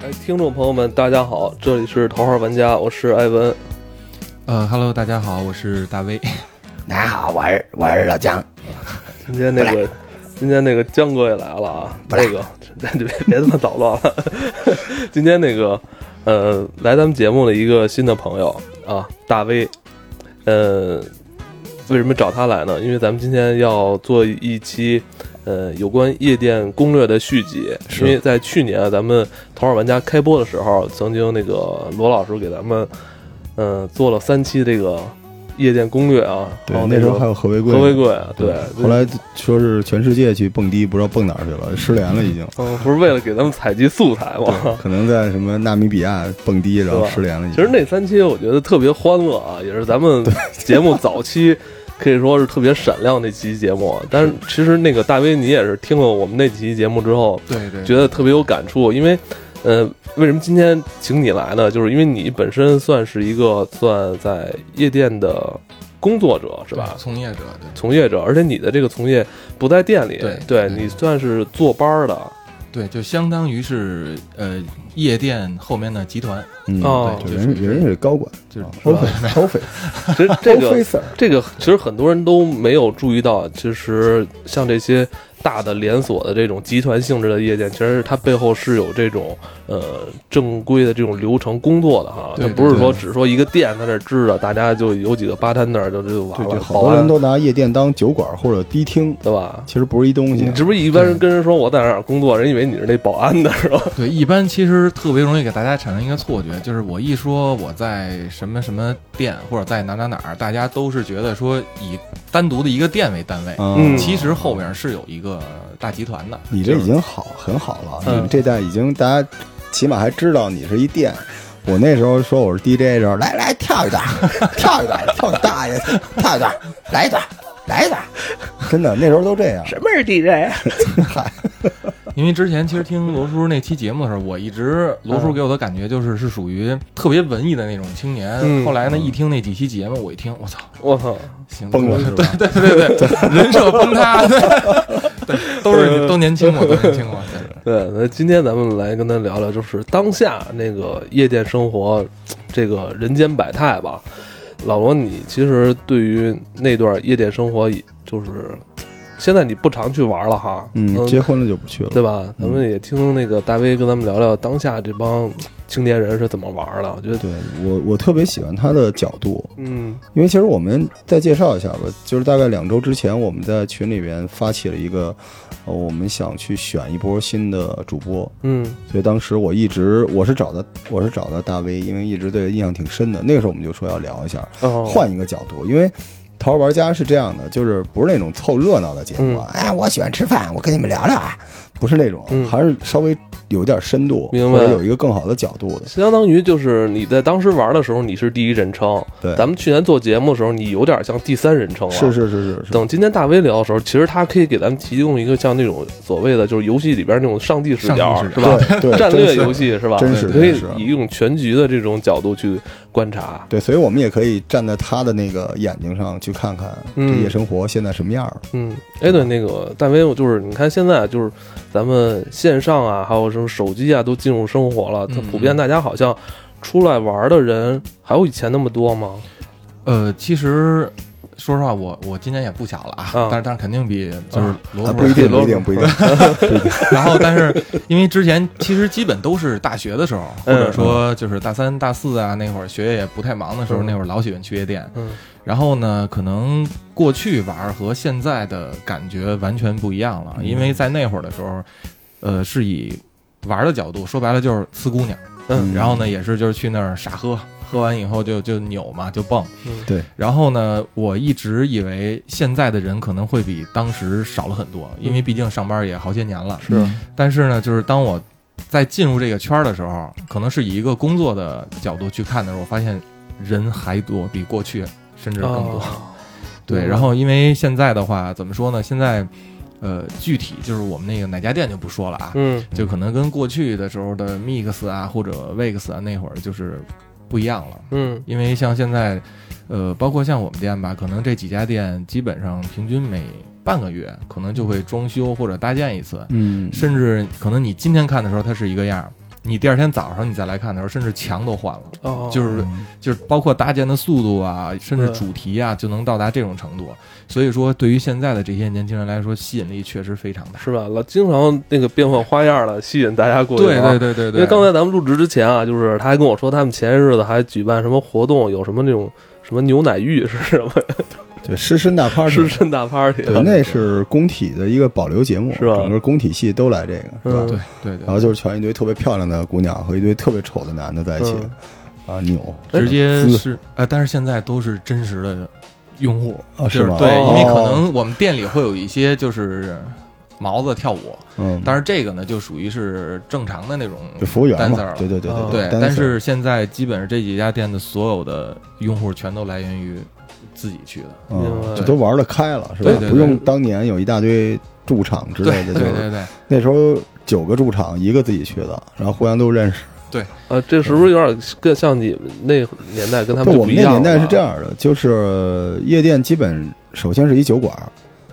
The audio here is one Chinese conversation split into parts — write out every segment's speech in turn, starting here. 哎，听众朋友们，大家好，这里是头号玩家，我是艾文。呃，Hello，大家好，我是大威。大家好，我是我是老姜，今天那个，今天那个江哥也来了啊。不来那个， 别别这么捣乱了。 今天那个，呃，来咱们节目的一个新的朋友啊，大威。呃，为什么找他来呢？因为咱们今天要做一期。呃，有关夜店攻略的续集，是因为在去年啊咱们《头号玩家》开播的时候，曾经那个罗老师给咱们，嗯、做了三期这个夜店攻略啊。对然后，那时候个还有何为贵，何为贵，对。后来说是全世界去蹦迪，不知道蹦哪儿去了，失联了已经。嗯，不是为了给咱们采集素材吗？可能在什么纳米比亚蹦迪，然后失联了已其经。实那三期我觉得特别欢乐啊，也是咱们节目早期可以说是特别闪亮那期节目。啊但是其实那个大威，你也是听了我们那期节目之后， 对对，觉得特别有感触，因为，呃，为什么今天请你来呢？就是因为你本身算是一个算在夜店的工作者是吧？从业者，对从业者，而且你的这个从业不在店里，对对你算是坐班儿的，对，就相当于是呃夜店后面的集 团，嗯哦对就人人家是高管，就是啊是吧 office office 其 实这个 officer，这个其实很多人都没有注意到，其实像这些大的连锁的这种集团性质的夜店，其实它背后是有这种呃正规的这种流程工作的哈，它对对不是说对只说一个店在这支着，大家就有几个吧摊那儿就就完对对，了，啊好保多人安都拿夜店当酒馆或者迪厅，对吧？其实不是一东西你。是不是一般人跟人说我在哪儿工作，人以为你是那保安的是吧？对，一般其实特别容易给大家产生一个错觉，就是我一说我在什么什么店或者在哪哪哪儿，大家都是觉得说以单独的一个店为单位，啊嗯其实后边是有一个大集团的。你这已经好很好了，嗯你们这代已经大家起码还知道你是一店。我那时候说我是 DJ 的时候，来来跳一段，跳一段，跳你大爷，跳一段，来一段，来一段，真的那时候都这样。什么是 DJ？嗨，因为之前其实听罗叔那期节目的时候，我一直罗叔给我的感觉就是是属于特别文艺的那种青年。嗯后来呢，一听那几期节目，我一听，我操， 我操，行，崩了是吧对对对对对，人设崩 塌，对，对都是都年轻过，都年轻过，对， 对，那今天咱们来跟他聊聊，就是当下那个夜店生活，这个人间百态吧。老罗，你其实对于那段夜店生活，就是现在你不常去玩了哈，嗯，结婚了就不去了。对吧？咱们也听那个大威跟咱们聊聊当下这帮青年人是怎么玩的。我觉得，对我，我特别喜欢他的角度，嗯因为其实我们再介绍一下吧，就是大概两周之前，我们在群里边发起了一个，呃，我们想去选一波新的主播，嗯所以当时我一直我是找的我是找的大 V，因为一直对他印象挺深的。那个时候我们就说要聊一下，哦，换一个角度，因为《淘玩家》是这样的，就是不是那种凑热闹的节目啊，哎，我喜欢吃饭，我跟你们聊聊啊，不是那种嗯，还是稍微有点深度，明或白者有一个更好的角度的。相当于就是你在当时玩的时候，你是第一人称。对咱们去年做节目的时候，你有点像第三人称了。是是是是是，等今天大威聊的时候，其实他可以给咱们提供一个像那种所谓的就是游戏里边那种上帝视角，上帝视是角吧？对对，战略真是游戏是吧？真是你可以真是以一种全局的这种角度去观察。对，所以我们也可以站在他的那个眼睛上去看看这嗯夜生活现在什么样儿。嗯，哎，对，那个大威，我就是你看现在就是咱们线上啊，还有什么手机啊，都进入生活了。它嗯普遍大家好像出来玩的人还有以前那么多吗？ 呃，其实。说实话，我我今年也不小了啊，啊但是但是肯定比就是罗啊，叔、不一定，不一定，不一定。然后，但是因为之前其实基本都是大学的时候，或者说就是大三、大四啊那会儿，学业也不太忙的时候，嗯那会儿老喜欢去夜店。嗯然后呢，可能过去玩儿和现在的感觉完全不一样了，因为在那会儿的时候，呃，是以玩儿的角度，说白了就是呲姑娘，嗯然后呢，也是就是去那儿傻喝，喝完以后就就扭嘛，就蹦。嗯对。然后呢，我一直以为现在的人可能会比当时少了很多，因嗯为毕竟上班也好些年了。是但是呢，就是当我在进入这个圈儿的时候，可能是以一个工作的角度去看的时候，我发现人还多，比过去甚嗯至更多。哦，对，然后因为现在的话，怎么说呢？现在，呃，具体就是我们那个哪家店就不说了啊，嗯就可能跟过去的时候的 Mix 啊或者 Vex 啊那会儿就是不一样了。嗯因为像现在，呃，包括像我们店吧，可能这几家店基本上平均每半个月可能就会装修或者搭建一次，嗯甚至可能你今天看的时候它是一个样儿，你第二天早上你再来看的时候，甚至墙都换了，哦就是就是包括搭建的速度啊，甚至嗯主题啊，就能到达这种程度。所以说，对于现在的这些年轻人来说，吸引力确实非常大。是吧？老经常那个变换花样了，吸引大家过去对玩对对对啊因对，为刚才咱们入职之前啊，就是他还跟我说，他们前些日子还举办什么活动，有什么那种什么牛奶浴是什么 啊对狮身大趴狮身大 party，啊对，那是工体的一个保留节目，是吧整个工体系都来这个，是吧？嗯对对然对，后就是全一堆特别漂亮的姑娘和一堆特别丑的男的在一起，嗯啊，扭，哎直接撕是呃，但是现在都是真实的用户，啊，就是吗？对，因为可哦能我们店里会有一些就是毛子跳舞，嗯，但是这个呢就属于是正常的那种就服务员 dancer 嘛，了对对对哦对对，但 dancer 是现在基本上这几家店的所有的用户全都来源于自己去的。明嗯白，这都玩得开了，是吧对对？对不用当年有一大堆驻场之类对对的，就对是对，那时候九个驻场，一个自己去的，然后互相都认识。啊，这是不是有点更像你们那年代跟他们对，就不我们一那样了啊年代是这，样的，就是夜店基本首先是一酒馆，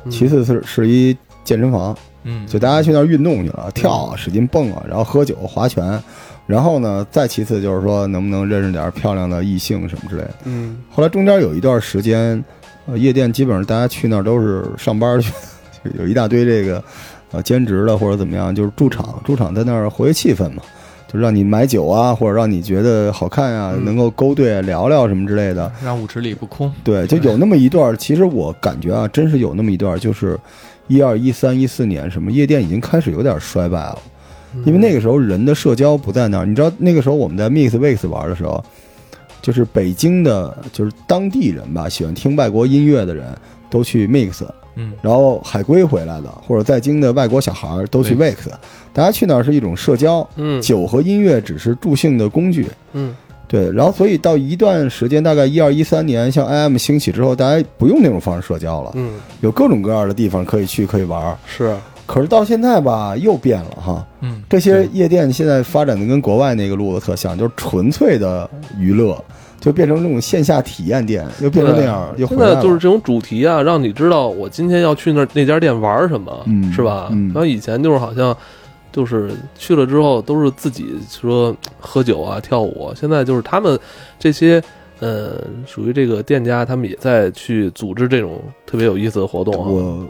嗯其次是是一健身房，嗯，就大家去那儿运动去了，跳啊，使劲蹦嗯啊，然后喝酒、划拳，然后呢，再其次就是说能不能认识点漂亮的异性什么之类的。嗯，后来中间有一段时间，呃，夜店基本上大家去那儿都是上班去， 有一大堆这个呃兼职的或者怎么样，就是驻场，驻场在那儿活跃气氛嘛。就让你买酒啊，或者让你觉得好看啊，嗯能够勾兑聊聊什么之类的。让舞池里不空。对，就有那么一段儿，其实我感觉啊，真是有那么一段儿，就是一二、一三、一四年，什么夜店已经开始有点衰败了，因为那个时候人的社交不在那儿。你知道那个时候我们在 Mix Weeks 玩的时候，就是北京的，就是当地人吧，喜欢听外国音乐的人都去 Mix，嗯，然后海归回来的或者在京的外国小孩儿都去 Weeks，大家去那儿是一种社交，嗯酒和音乐只是助兴的工具。嗯对，然后所以到一段时间，大概一二一三年，像 IM 兴起之后，大家不用那种方式社交了，嗯有各种各样的地方可以去可以玩儿。是可是到现在吧，又变了哈。嗯，这些夜店现在发展的跟国外那个路子特像，就是纯粹的娱乐，就变成那种线下体验店，又变成那样，又现回来在了。啊就是这种主题啊，让你知道我今天要去那儿那家店玩什么，嗯是吧？嗯然后以前就是好像就是去了之后都是自己说喝酒啊、跳舞啊，现在就是他们这些呃，属于这个店家，他们也在去组织这种特别有意思的活动啊。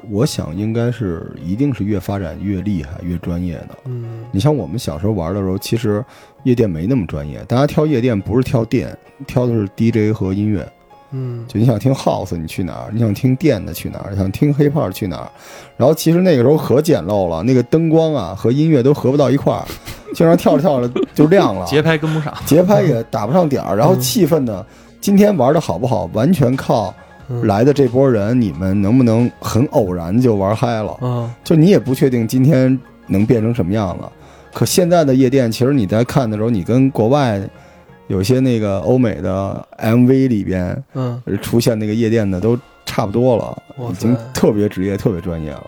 我我想应该是一定是越发展越厉害、越专业的。嗯你像我们小时候玩的时候，其实夜店没那么专业，大家挑夜店不是挑店，挑的是 DJ 和音乐。嗯就你想听 house，你去哪儿？你想听电的去哪儿？想听 hip hop 去哪儿？然后其实那个时候可简陋了，那个灯光啊和音乐都合不到一块儿，经常跳着跳着就亮 了，节拍跟不上。节拍也打不上点儿，然后气氛呢，今天玩的好不好，完全靠嗯来的这波人，你们能不能很偶然就玩嗨了？啊就你也不确定今天能变成什么样子。可现在的夜店，其实你在看的时候，你跟国外有些那个欧美的 MV 里边嗯，出现那个夜店的都差不多了，哇已塞经特别职业、特别专业了。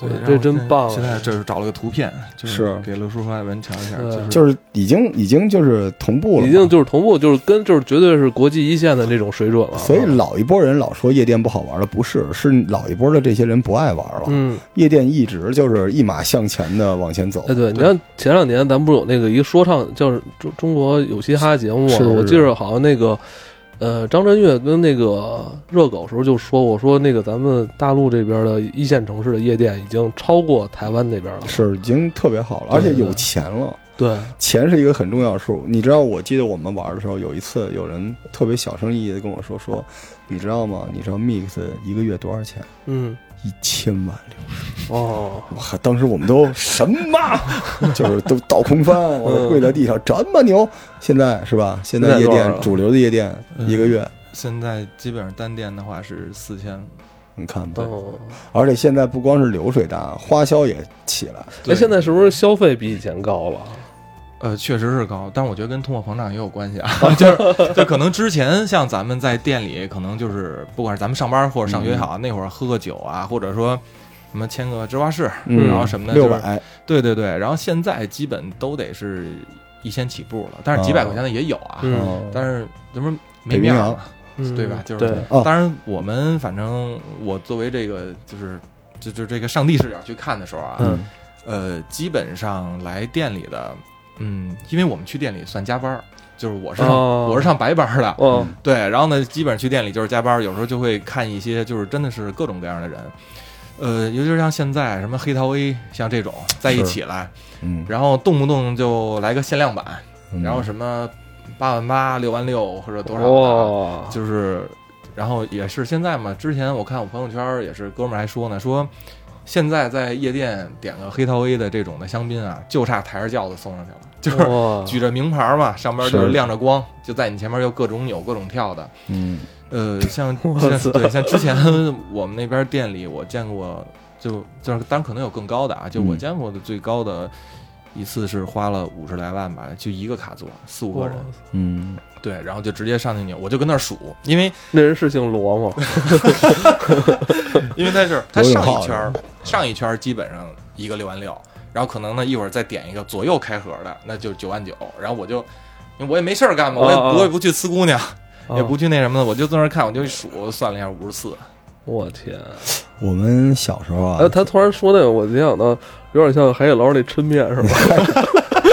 对然后这真棒啊现在这是找了个图片，就是给刘叔和艾文瞧一下，对呃就是就是已经已经就是同步了嘛，已经就是同步，就是跟就是绝对是国际一线的那种水准了。啊所以老一波人老说夜店不好玩了，不是，是老一波的这些人不爱玩了。嗯，夜店一直就是一马向前的往前走哎，，对，你对看前两年咱们不是有那个一个说唱叫是中中国有嘻哈节目吗是？我记着好像那个呃张震岳跟那个热狗时候就说过，说那个咱们大陆这边的一线城市的夜店已经超过台湾那边了。是已经特别好了，对而且有钱了。对，钱是一个很重要的数，你知道？我记得我们玩的时候，有一次有人特别小声翼翼的跟我说：“说你知道吗？你知道 Mix 一个月多少钱？嗯，一千万六。”哦，哇！当时我们都什么， 就是都倒空翻，我都跪在地上，这么牛！现在是吧？现在现在夜多少店了主流的夜店嗯一个月，现在基本上单店的话是四千。你看吧。嗯哦，而且现在不光是流水大，花销也起来。那对哎现在是不是消费比以前高了？呃，确实是高，但我觉得跟通货膨胀也有关系啊，就是就可能之前像咱们在店里，可能就是不管是咱们上班或者上学也好，那会儿喝个酒啊，或者说什么签个芝华士，嗯然后什么的，六就是百，对对对，然后现在基本都得是一千起步了，但是几百块钱的也有啊，嗯哦但是怎么没北冰面儿洋嘛，嗯，对吧？就是对，哦当然我们反正我作为这个就是嗯就就这个上帝视角去看的时候啊，嗯呃，基本上来店里的嗯，因为我们去店里算加班儿，就是我是上、哦我是上白班儿的，哦，对，然后呢，基本上去店里就是加班儿，有时候就会看一些就是真的是各种各样的人，呃，尤其是像现在什么黑桃 A 像这种在一起来，嗯，然后动不动就来个限量版，嗯然后什么八万八、六万六或者多少的哦啊哇，就是，然后也是现在嘛，之前我看我朋友圈儿也是哥们儿还说呢，说现在在夜店点个黑桃 A 的这种的香槟啊，就差抬着轿子送上去了，就是哇，举着名牌儿嘛，上边儿就是是亮着光，就在你前面又各种扭各种跳的，嗯，呃，像我操像对像之前我们那边店里我见过，就就是当然可能有更高的啊，就我嗯见过的最高的一次是花了五十来万吧，就一个卡座四五个哦人，嗯，对，然后就直接上去扭，我就跟那儿数，因为那人是姓罗吗？因为他是他罗永上浩一圈儿，上一圈儿基本上一个六万六，然后可能呢一会儿再点一个左右开合的，那就是九万九，然后我就。因为我也没事儿干嘛，我也哦哦哦不会不去呲姑娘，也啊不去那什么的，我就在那儿看，我就一数算了一下五十四，我天！我们小时候啊哎，，呃他突然说那个，我联想到有点像海底捞那抻面是吧？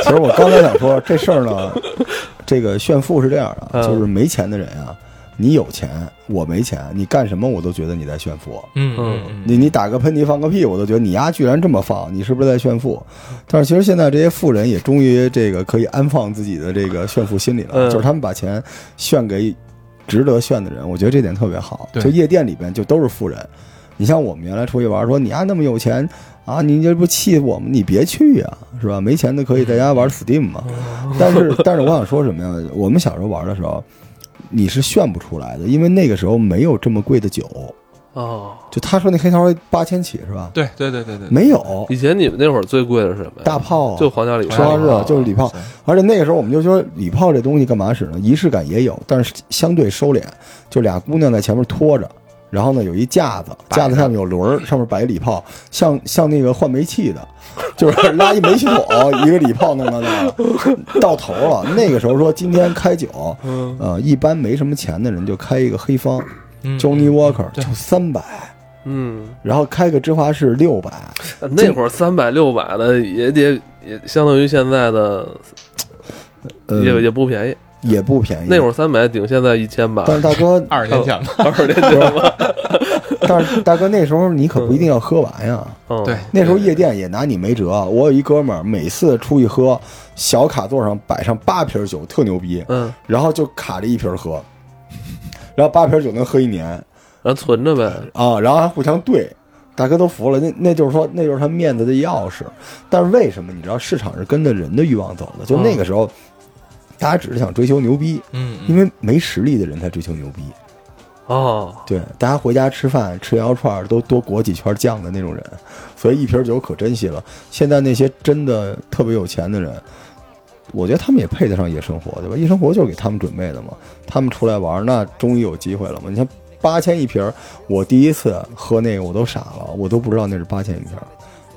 其实我刚才想说这事儿呢， 这个炫富是这样的，嗯就是没钱的人啊，你有钱，我没钱，你干什么我都觉得你在炫富。嗯嗯你你打个喷嚏放个屁，我都觉得你丫居然这么放，你是不是在炫富？但是其实现在这些富人也终于这个可以安放自己的这个炫富心理了，嗯就是他们把钱炫给值得炫的人，我觉得这点特别好。对就夜店里边就都是富人，你像我们原来出去玩，说你丫那么有钱啊，你这不气我们？你别去呀、是吧？没钱的可以在家玩 Steam 嘛。但是但是我想说什么呀？我们小时候玩的时候，你是炫不出来的，因为那个时候没有这么贵的酒。哦，就他说那黑桃八千起是吧？对对对对对，没有以前你们那会儿最贵的是什么呀？大炮啊，就皇家礼说到炮。这儿就是礼炮对而且那个时候我们就说礼炮这东西干嘛使呢？仪式感也有，但是相对收敛，就俩姑娘在前面拖着。然后呢，有一架子，架子上面有轮儿，上面摆礼炮，像像那个换煤气的，就是拉一煤气桶，一个礼炮弄到那儿，到头了。那个时候说今天开酒，嗯呃，一般没什么钱的人就开一个黑方嗯，Johnny 嗯 Walker 对就三百，嗯，然后开个芝华士六百，那会儿三百六百的也得也相当于现在的呃，也也不便宜。也不便宜。那会儿三百顶现在一千吧，但是大哥， 二十年前吧，二十年 前吧。但是大哥，那时候你可不一定要喝完 呀。嗯对，，那时候夜店也拿你没辙。我有一哥们儿，每次出去喝，小卡座上摆上八瓶酒，特牛逼，嗯，然后就卡着一瓶喝，然后八瓶酒能喝一年然后存着呗。啊，然后还互相兑。大哥都服了，那那就是说，那就是他面子的钥匙。但是为什么？你知道，市场是跟着人的欲望走的。就嗯那个时候，大家只是想追求牛逼，嗯，因为为没实力的人才追求牛逼。哦，对，大家回家吃饭吃羊肉串儿都多裹几圈酱的那种人，所以一瓶酒可珍惜了。现在那些真的特别有钱的人，我觉得他们也配得上夜生活，对吧？夜生活就是给他们准备的嘛，他们出来玩儿，那终于有机会了嘛。你看八千一瓶儿，我第一次喝那个我都傻了，我都不知道那是八千一瓶儿，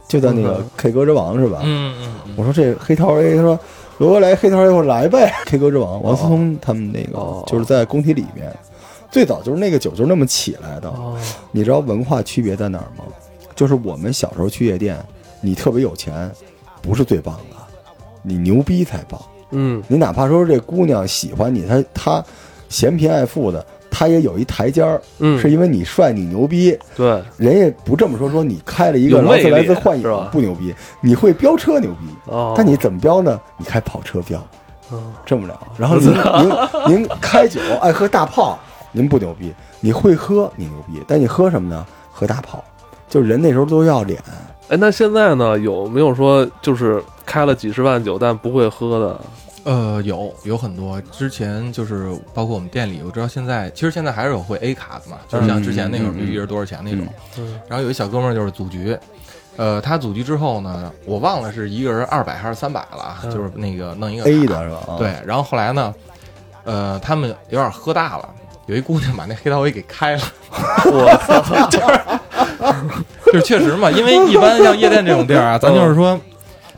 就在那个嗯 K 歌之王是吧？嗯嗯嗯我说这黑桃 A，他说罗哥来黑桃 A，我说来呗。K 歌之王王思聪他们那哦个就是在工体里面，最早就是那个酒就是那么起来的。哦，你知道文化区别在哪儿吗？就是我们小时候去夜店，你特别有钱，不是最棒的，你牛逼才棒。嗯，你哪怕说这姑娘喜欢你，她她嫌贫爱富的，她也有一台阶儿，嗯是因为你帅你牛逼，对，人家不这么说，说你开了一个有劳魅斯莱力斯幻是吧影不牛逼，你会飙车牛逼，哦，但你怎么飙呢？你开跑车飙，嗯这么聊。然后您您您开酒爱喝大炮，您不牛逼，你会喝你牛逼，但你喝什么呢？喝大炮，就人那时候都要脸。哎，那现在呢？有没有说就是开了几十万酒但不会喝 的？呃，有有很多，之前就是包括我们店里，我知道现在其实现在还是有会 A 卡的嘛，就是像之前那种嗯嗯就一人多少钱那种。嗯然后有一小哥们儿就是组局，呃，他组局之后呢，我忘了是一个人二百还是三百了啊，嗯就是那个弄一个 A 卡的是吧？啊，对，然后后来呢，呃，他们有点喝大了，有一姑娘把那黑桃 A 给开了。我啊操！就是确实嘛，因为一般像夜店这种地儿 啊，咱嗯就是说，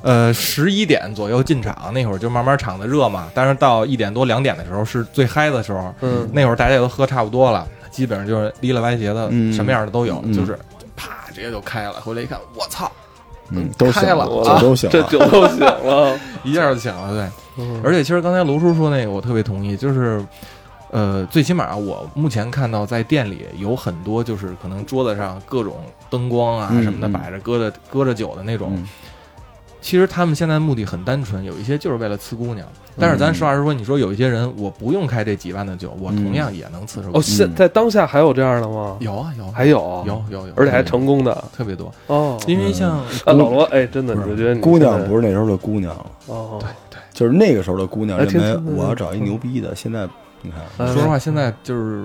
呃，十一点左右进场，那会儿就慢慢场子热嘛。但是到一点多两点的时候是最嗨的时候，嗯那会儿大家也都喝差不多了，基本上就是哩了歪斜的，嗯什么样的都有，嗯就是啪直接就开了。回来一看，我操，嗯，都醒开了酒都醒啊这了，酒都醒了，一下就醒了，对。嗯而且其实刚才卢叔说那个，我特别同意，就是，呃，最起码我目前看到在店里有很多就是可能桌子上各种灯光啊嗯什么的嗯摆着，搁着搁着酒的那种嗯。其实他们现在目的很单纯，有一些就是为了呲姑娘。但是咱实话实说，你说有一些人，我不用开这几万的酒，我同样也能呲出哦，来。现在当下还有这样的吗？有啊嗯有啊，还有有有有，而且还成功的特别多，嗯哦。因为像啊，老罗，哎，真的，不是我觉得你姑现在娘不是那时候的姑娘了，哦，就是那个时候的姑娘哎认听为听我要找一牛逼的，现在你看，哎说实话，现在就是，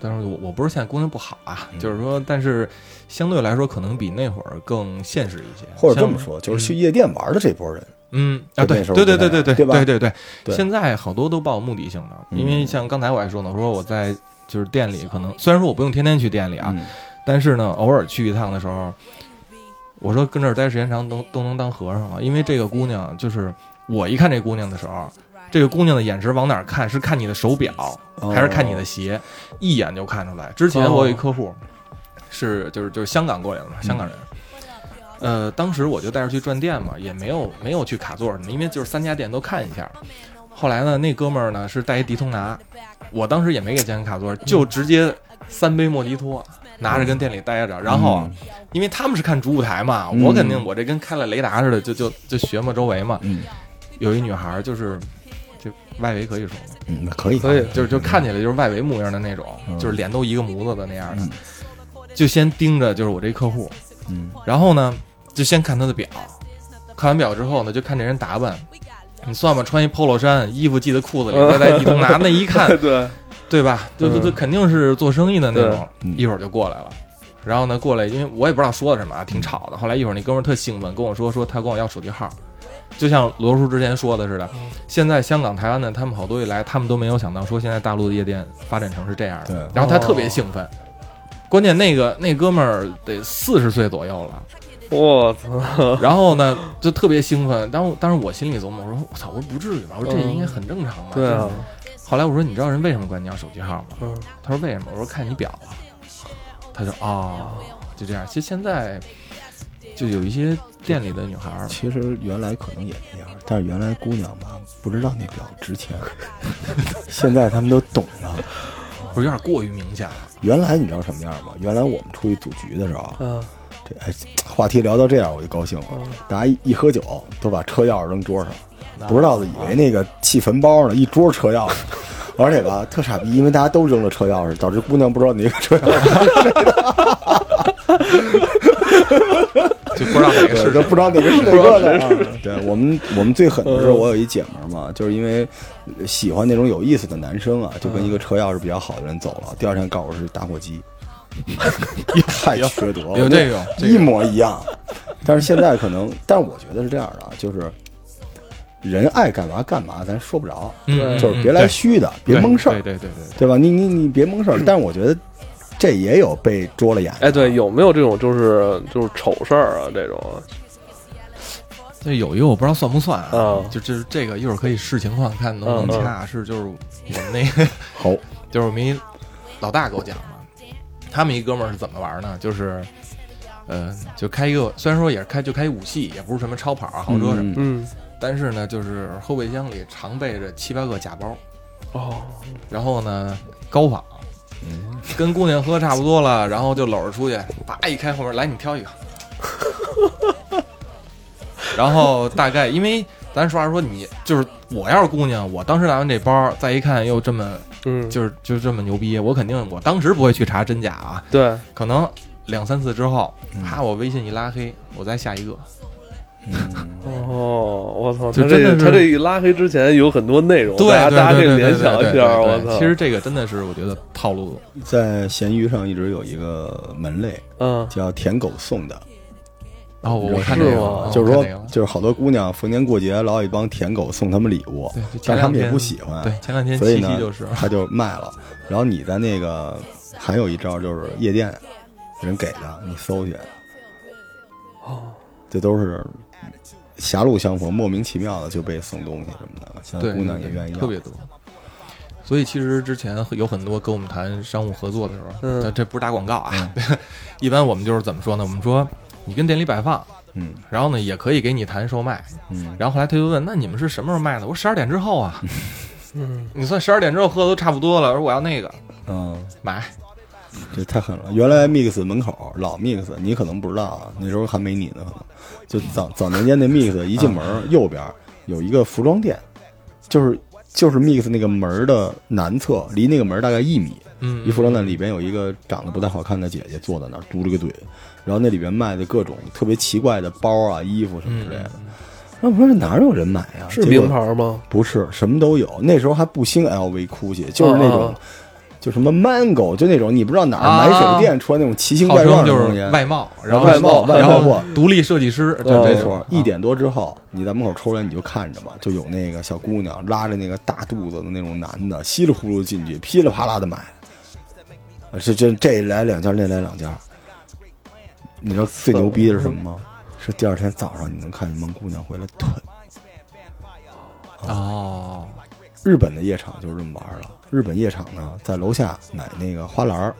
但是我我不是现在姑娘不好啊，就是说，但是相对来说，可能比那会儿更现实一些。或者这像么，说，就是去夜店玩的这波人，嗯啊，就对那时候对对不太对对对对吧对对对对现在好多都抱有目的性的，因为嗯像刚才我还说呢，我说我在就是店里，可能虽然说我不用天天去店里啊，嗯但是呢，偶尔去一趟的时候，我说跟这儿待时间长都都能当和尚了，因为这个姑娘就是我一看这姑娘的时候，这个姑娘的眼神往哪儿看？是看你的手表，哦还是看你的鞋？一眼就看出来。之前我有一客户，是就是就是香港过来的嘛，香港人。呃，当时我就带着去转店嘛，也没有没有去卡座什么，因为就是三家店都看一下。后来呢，那哥们儿呢是带一迪通拿，我当时也没给健身卡座，就直接三杯莫吉托拿着跟店里待着。然后啊，因为他们是看主舞台嘛，我肯定我这跟开了雷达似的，就就就学嘛周围嘛。嗯有一女孩儿就是，就外围可以说吗？嗯，可以可以就是就看起来就是外围模样的那种，就是脸都一个模子的那样的，就先盯着就是我这客户，嗯然后呢就先看他的表，看完表之后呢就看这人打扮，你算吧，穿一 polo 衫，衣服系在裤子里，再带一通拿，那一看 对，对吧？就就就嗯肯定是做生意的那种，对嗯一会儿就过来了。然后呢，过来，因为我也不知道说的什么啊，挺吵的。后来一会儿那哥们儿特兴奋，跟我说说他管我要手机号，就像罗叔之前说的似的。嗯现在香港、台湾的他们好多一来，他们都没有想到说现在大陆的夜店发展成是这样对的。然后他特哦别兴奋，关键那个那哥们儿得四十岁左右了，我操，然后呢就特别兴奋。当当时我心里琢磨，我说我操，我说不至于吧，我说这嗯应该很正常吧。对啊，后来我说你知道人为什么管你要手机号吗？嗯，他说为什么？我说看你表啊。他就啊、就这样。其实现在就有一些店里的女孩儿，其实原来可能也那样，但是原来姑娘吧，不知道那表值钱， 现在他们都懂了。不是有点过于明显了。原来你知道什么样吗？原来我们出去组局的时候，啊，这哎，话题聊到这样我就高兴了。大家一一喝酒，都把车钥匙扔桌上，不知道的以为那个砌坟包呢，一桌车钥匙。而且吧，特傻逼，因为大家都扔了车钥匙，导致姑娘不知道哪个车钥匙， 就不知道哪个 对是都不知道哪个是哪个的啊。嗯对我们，我们最狠的是，我有一姐们儿嘛，就是因为喜欢那种有意思的男生啊，就跟一个车钥匙比较好的人走了，第二天告诉我是打火 机，太缺德了，有这种这一模一样。但是现在可能，但是我觉得是这样的啊，就是人爱干嘛干嘛，咱说不着，嗯，就是别来虚的，别蒙事儿，对对对对对，对嗯吧？你你你别蒙事儿。但是我觉得这也有被捉了眼，哎，对，有没有这种就是就是丑事儿啊？这种啊这有一个我不知道算不算啊嗯，就就是这个一会儿可以视情况看能不能掐，是就是我们那个。嗯 好， 就是我们一老大给我讲的，他们一哥们儿是怎么玩呢？就是，呃，就开一个，虽然说也是开就开一五系，也不是什么超跑啊、豪车什么，嗯嗯，但是呢，就是后备箱里常备着七八个假包，哦，然后呢高仿，嗯跟姑娘喝差不多了，然后就搂着出去，叭一开后门，来你挑一个，然后大概因为咱实话实说，你就是我要是姑娘，我当时拿完这包，再一看又这么。嗯，就是就这么牛逼，我肯定我当时不会去查真假啊，对，可能两三次之后，嗯啪，我微信一拉黑，我再下一个，哦，我操，就他真这的个是他这一拉黑之前有很多内容，对大家对大家对可以对联对想对一对下，啊我对操，其实这个真的是我觉得套路，在闲鱼上一直有一个门类嗯，叫“舔狗送”的，然哦后我我看是这个吗了，就是我说看这个了，就是好多姑娘逢年过节老有一帮舔狗送他们礼物对就，前但是他两们也天不喜欢，对，前两天所以七呢夕就是，他就卖了。然后你在那个还有一招就是夜店人给的，你搜去。哦，哦这都是狭路相逢，莫名其妙的就被送东西什么的，现在对，姑娘也对愿意要。特别多。所以其实之前有很多跟我们谈商务合作的时候，嗯嗯 这这不是打广告啊，一般我们就是怎么说呢？我们说你跟店里摆放，嗯然后呢也可以给你谈售卖。嗯，然后后来他就问，那你们是什么时候卖的？我说十二点之后啊。嗯，你算十二点之后喝的都差不多了，我说我要那个嗯，买。这太狠了。原来 Mix 门口老 Mix，你可能不知道啊，那时候还没你呢，就早早年间那 Mix 一进门儿右边儿有一个服装店，就是就是 Mix 那个门儿的南侧，离那个门儿大概一米，嗯，一服装店里边有一个长得不太好看的姐姐坐在那儿嘟着个嘴，然后那里边卖的各种特别奇怪的包啊、衣服什么之类的。那我说这哪有人买呀、是结名果牌吗？不是，什么都有。那时候还不兴 LV、GUCCI，就是那种，嗯啊啊就什么 Mango，就那种你不知道哪啊儿买手店穿那种奇形号怪称状的就东西是。外贸，然然后后外贸外然贸后货独立设计师，对嗯没这错种，一点多之后，你在门口抽烟，你就看着吧，就有那个小姑娘拉着那个大肚子的那种男的，稀里糊涂进去，噼里啪啦的买。啊这这这来两件，那来两件。你知道最牛逼的是什么吗？是第二天早上你能看见蒙姑娘回来退。哦，日本的夜场就是这么玩儿的。日本夜场呢，在楼下买那个花篮儿，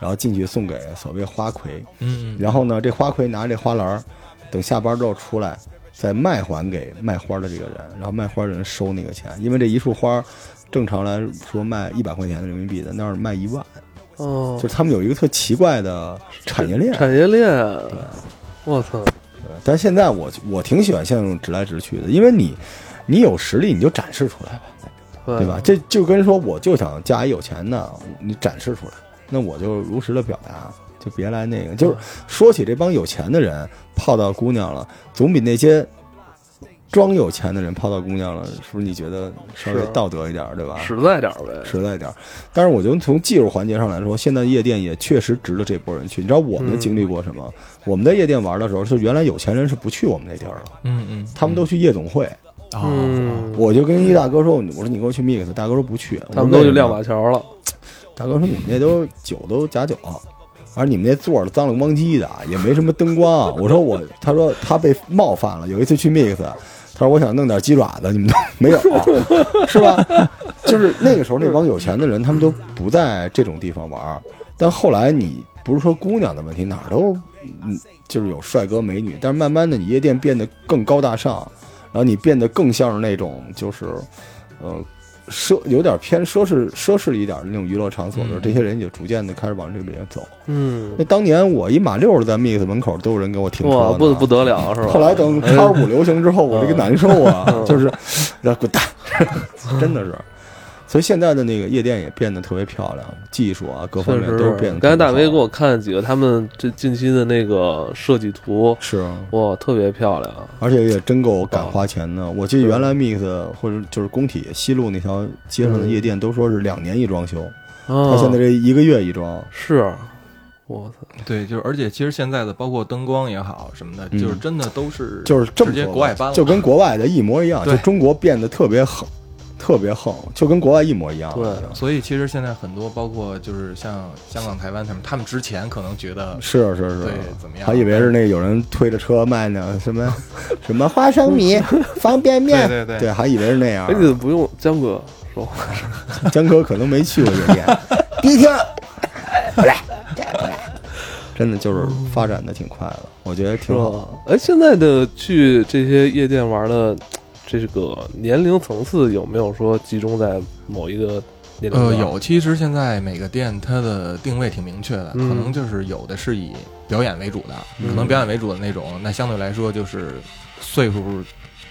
然后进去送给所谓花魁，嗯，然后呢，这花魁拿着这花篮儿，等下班之后出来，再卖还给卖花的这个人，然后卖花的人收那个钱，因为这一束花儿正常来说卖一百块钱的人民币的，那儿卖一万，哦就，是他们有一个特奇怪的产业链。产业链，我操，但现在我我挺喜欢现在这种直来直去的，因为你你有实力你就展示出来吧。对吧？？这就跟说我就想嫁一有钱的，你展示出来，那我就如实的表达，就别来那个。就是说起这帮有钱的人泡到姑娘了，总比那些装有钱的人泡到姑娘了，是不是？你觉得稍微是道德一点儿，对吧？实在点儿呗。实在一点儿。但是我觉得从技术环节上来说，现在夜店也确实值得这波人去。你知道我们嗯经历过什么？我们在夜店玩的时候，是原来有钱人是不去我们那地儿的，嗯嗯，他们都去夜总会。哦，嗯，我就跟一大哥说，我说你给我去 mix，大哥说不去，他们都去去亮马桥了。大哥说：“你们那都酒都假酒，而你们那座儿脏了汪唧的，也没什么灯光。”我说我，他说他被冒犯了。有一次去 mix，他说我想弄点鸡爪子，你们都没有，啊是吧？就是那个时候那帮有钱的人，他们都不在这种地方玩儿。但后来你不是说姑娘的问题，哪儿都嗯，就是有帅哥美女，但是慢慢的你夜店变得更高大上，然后你变得更像是那种就是，呃。奢有点偏奢侈奢侈一点的那种娱乐场所的时嗯候，这些人也逐渐的开始往这里边走。嗯那，当年我一马六儿在 Mix 门口都有人给我停车哇，呢，不不得了是吧？后来等哎嗯叉五流行之后，我这个难受啊， 就是让滚蛋，真的是。所以现在的那个夜店也变得特别漂亮，技术啊各方确面实都变得特别好。刚才大飞给我看了几个他们这近期的那个设计图，是啊，哇，特别漂亮。而且也真够敢花钱的。我记得原来 Mix 或者就是工体西路那条街上的嗯夜店都说是两年一装修，啊他，现在这一个月一装，是，啊我操，对，就是而且其实现在的包括灯光也好什么的，嗯就是真的都是就是这么直接说吧国外搬了，就跟国外的一模一样，对就中国变得特别横，特别横，就跟国外一模一样。对所以其实现在很多包括就是像香港、台湾他们，他们之前可能觉得是啊是是，对怎么样还以为是那有人推着车卖呢，什么什么花 生米、方便面，对对对还以为是那样哎，。你怎么不用江哥说话？江哥可能没去过夜店，第一天回来，这回来，真的就是发展的挺快的，我觉得是挺吧好。？哎，现在的去这些夜店玩的，这个年龄层次有没有说集中在某一个年龄段？呃，有，其实现在每个店它的定位挺明确的，嗯可能就是有的是以表演为主的，嗯可能表演为主的那种，那相对来说就是岁数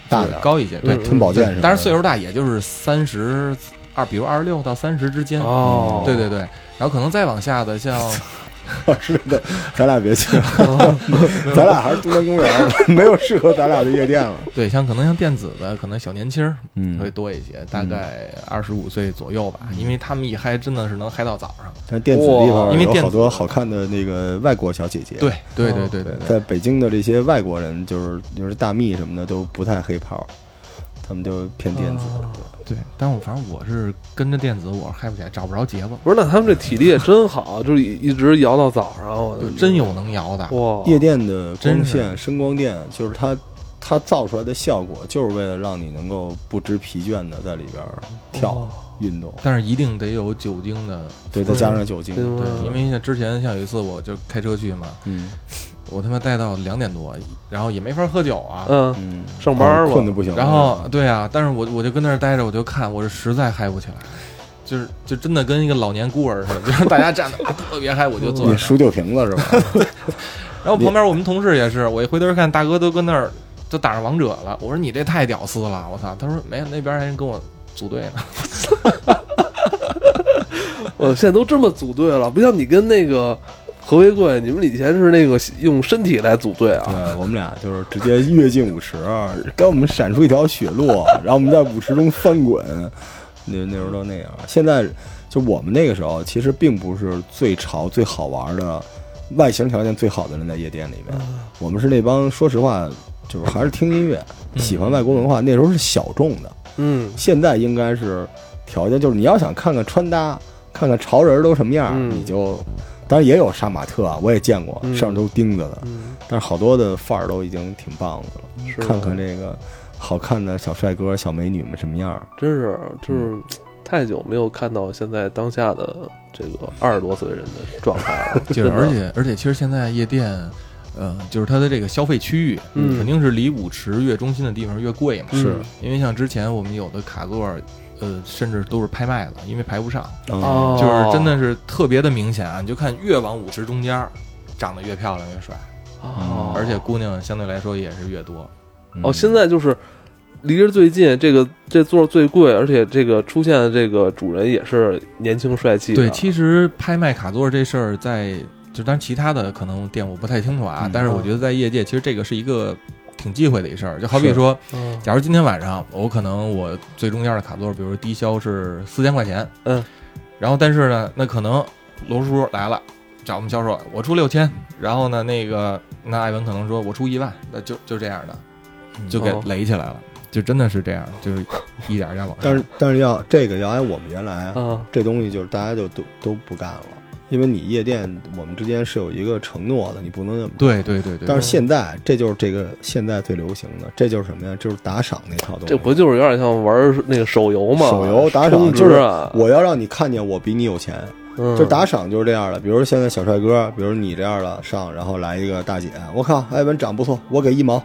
大点儿高一些，对嗯，吞宝剑什么的，当然岁数大也就是三十二，比如二十六到三十之间，哦，对对对，然后可能再往下的 像 是的，咱俩别去了，哦咱俩还是都江公园儿，没有适合咱俩的夜店了。对像可能像电子的，可能小年轻儿嗯会多一些，大概二十五岁左右吧，因为他们一嗨真的是能嗨到早上。但电子地哇方因为有电好子多好看的那个外国小姐姐，对对对对对对，在北京的这些外国人，就是就是大蜜什么的，都不太黑泡，他们就偏电子。啊对，但我反正我是跟着电子，我是嗨不起来，找不着节奏，不是，那他们这体力也真好，就是一一直摇到早上，我就真有能摇的。哇，夜店的光真是线、声光电，就是它它造出来的效果，就是为了让你能够不知疲倦的在里边儿跳哦运动，但是一定得有酒精的，对，再加上酒精，对嗯对，因为像之前像有一次我就开车去嘛，嗯，我他妈待到两点多，然后也没法喝酒啊。嗯，嗯，上班儿困的嘛，不行了。然后对啊，但是我我就跟那儿待着，我就看，我是实在嗨不起来，就是就真的跟一个老年孤儿似的，就是大家站 的特别嗨，我就坐你着。输酒瓶子是吧？然后旁边我们同事也是，我一回头看，大哥都跟那儿都打上王者了。我说你这太屌丝了，我操！他说没有，那边还人跟我组队呢。我现在都这么组队了，不像你跟那个何为贵，你们以前是那个用身体来组队啊，对，我们俩就是直接跃进舞池，啊跟我们闪出一条血路，然后我们在舞池中翻滚。那那时候都那样。现在就我们那个时候，其实并不是最潮、最好玩的，外形条件最好的人在夜店里面。嗯我们是那帮，说实话，就是还是听音乐，喜欢外国文化。那时候是小众的，嗯现在应该是条件，就是你要想看看穿搭，看看潮人都什么样，嗯你就当然也有杀马特啊，我也见过，嗯上面都钉着的，嗯，但是好多的范儿都已经挺棒的了。是看看这个好看的小帅哥、小美女们什么样儿，真是嗯就是太久没有看到现在当下的这个二十多岁人的状态了， 就真是的而且而且，其实现在夜店，呃，就是它的这个消费区域，嗯肯定是离舞池越中心的地方越贵嘛。嗯是因为像之前我们有的卡座，呃，甚至都是拍卖的，因为排不上，嗯哦，就是真的是特别的明显啊！你就看越往舞池中间儿，长得越漂亮越帅，哦，嗯而且姑娘相对来说也是越多。嗯哦，现在就是离着最近，这个这座最贵，而且这个出现的这个主人也是年轻帅气的。对，其实拍卖卡座这事儿在，就当然其他的可能店我不太清楚啊，嗯但是我觉得在业界其实这个是一个挺忌讳的一事儿。就好比说，嗯假如今天晚上我可能我最中间的卡座，比如低消是四千块钱，嗯，然后但是呢，那可能罗叔来了。找我们销售，我出六千，然后呢，那个那艾文可能说我出一万，那就就这样的，就给哦垒起来了，就真的是这样，就是一点儿一点儿往上。但是但是要这个要按我们原来啊，这东西就是大家就都都不干了，因为你夜店我们之间是有一个承诺的，你不能那么。对对对对，但是现在，这就是这个现在最流行的，这就是什么呀？就是打赏那套东西。这不就是有点像玩那个手游吗？手游打赏充值啊，我要让你看见我比你有钱，嗯就打赏就是这样的。比如现在小帅哥，比如你这样的上，然后来一个大姐，我靠，艾文长不错，我给一毛，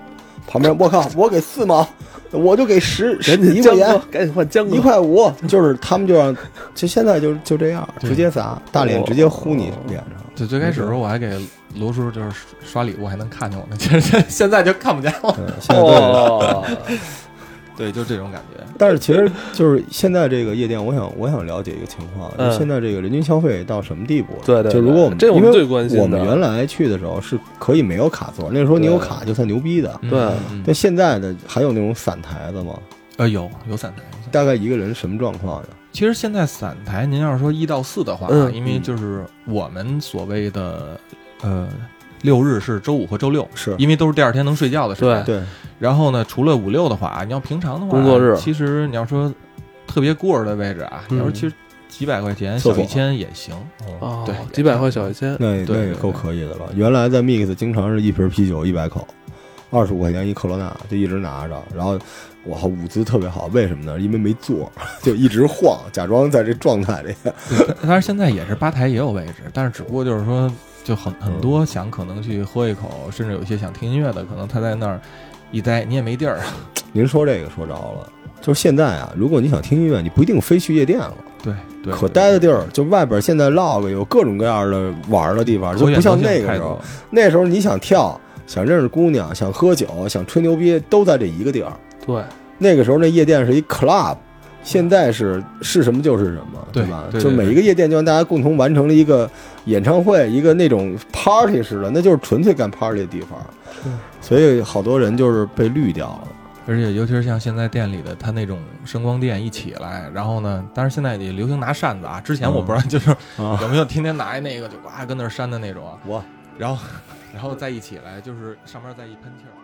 旁边我靠，我给四毛，我就 给十十赶紧一块江钱哥，，赶紧换啊江哥一块五，就是他们就让，就现在就就这样，对直接砸大脸，直接呼你脸上。对，最开始的时候我还给罗叔就是刷礼物，还能看见我呢，其实现 现在就看不见了。对，现在都有哦，对，就这种感觉。但是其实就是现在这个夜店，我想我想了解一个情况，就嗯现在这个人均消费到什么地步了？对对对就如果我们这我们因为最关心的我们原来去的时候是可以没有卡座，那时候你有卡就算牛逼的。对嗯但现在的还有那种散台子吗？呃，有有散台。有散台大概一个人什么状况呀？其实现在散台，您要是说一到四的话，嗯因为就是我们所谓的嗯呃六日是周五和周六，是因为都是第二天能睡觉的时间。对对，然后呢，除了五六的话，你要平常的话，工作日其实你要说特别孤儿的位置啊，嗯你要说其实几百块钱厕小所一千也行。 哦对，几百块小一千，那对那也够可以的了。原来在 Mix 经常是一瓶啤酒一百口，二十五块钱一克罗娜，就一直拿着。然后我靠舞姿特别好，为什么呢？因为没坐， 就一直晃，假装在这状态里。但是现在也是吧台也有位置，但是只不过就是说，就嗯很很多想可能去喝一口，甚至有一些想听音乐的，可能他在那儿一待，你也没地儿。 您说这个说着了，就是现在啊，如果你想听音乐，你不一定非去夜店了，对对，可待的地儿就外边现在 log 有各种各样的玩儿的地方，就不像那个时候，，那时候你想跳、想认识姑娘、想喝酒、想吹牛逼，都在这一个地儿。对，那个时候那夜店是一 club，现在是是什么就是什么，对吧？对对就每一个夜店就让大家共同完成了一个演唱会，一个那种 party 似的，那就是纯粹干 party 的地方。所以好多人就是被绿掉了。而且尤其是像现在店里的他那种声光电一起来，然后呢，当然现在也流行拿扇子啊，之前我不知道就是啊 有没有天天拿一那个就呱跟那儿扇的那种啊，我 然后然后再一起来，就是上面再一喷气儿。